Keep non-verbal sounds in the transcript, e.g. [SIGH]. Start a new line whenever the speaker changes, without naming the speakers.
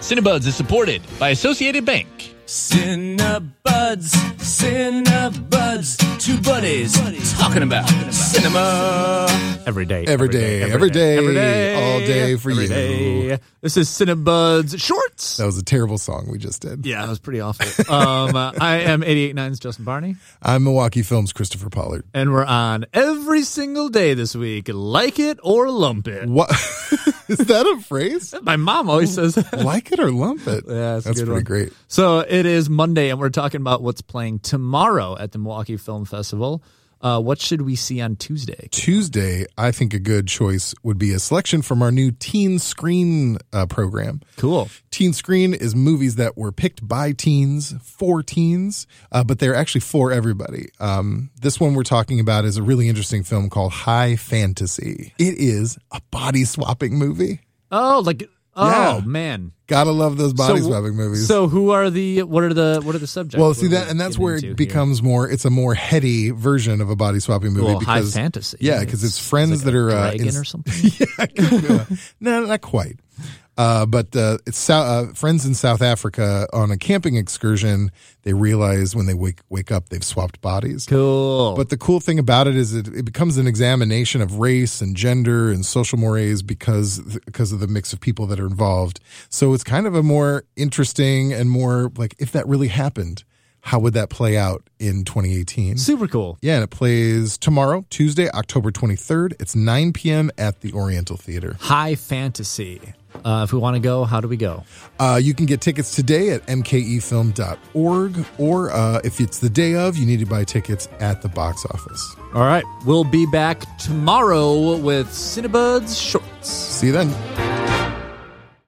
Cinebuds is supported by Associated Bank.
Cinebuds, Cinebuds, two buddies, talking about cinema.
Every day.
Every day, every day,
Every day.
all day for
every
you.
day. This is Cinebuds Shorts.
That was a terrible song we just did.
Yeah, that was pretty awful. [LAUGHS] um, uh, I am 889's Justin Barney,
I'm Milwaukee Films Christopher Pollard.
and we're on every single day this week. Like it or lump it.
What [LAUGHS] is that a phrase?
My mom always says that.
Like it or lump it.
Yeah, that's a good
pretty
one.
great.
So it is Monday, and we're talking about what's playing tomorrow at the Milwaukee Film Festival. Uh, what should we see on Tuesday?
Tuesday, I think a good choice would be a selection from our new Teen Screen uh, program.
Cool.
Teen Screen is movies that were picked by teens for teens, uh, but they're actually for everybody. Um, this one we're talking about is a really interesting film called High Fantasy. It is a body swapping movie.
Oh, like oh
Yeah.
man.
Gotta love those body
so,
swapping movies.
So who are the what are the what are the subjects?
well,
What
see
are
that,
we
and that's
getting
where
into
it
here?
becomes more. It's a more heady version of a body swapping movie
Well, high
because
fantasy.
Yeah, because it's friends
like
that
a
are uh,
dragon
ins-
or something.
[LAUGHS] yeah, [LAUGHS] no, not quite. Uh, but uh, it's Sou- uh, friends in South Africa on a camping excursion. They realize when they wake wake up, they've swapped bodies.
Cool.
But the cool thing about it is it, it becomes an examination of race and gender and social mores because because of the mix of people that are involved. So it's kind of a more interesting and more like if that really happened, how would that play out in 2018?
super cool.
Yeah, and it plays tomorrow, Tuesday, October 23rd. It's 9 p.m. at the Oriental Theater.
High fantasy. Uh, if we want to go, how do we go?
Uh, you can get tickets today at E mkefilm.org, or uh, if it's the day of, you need to buy tickets at the box office.
All right, we'll be back tomorrow with Cinebuds Shorts.
See you then.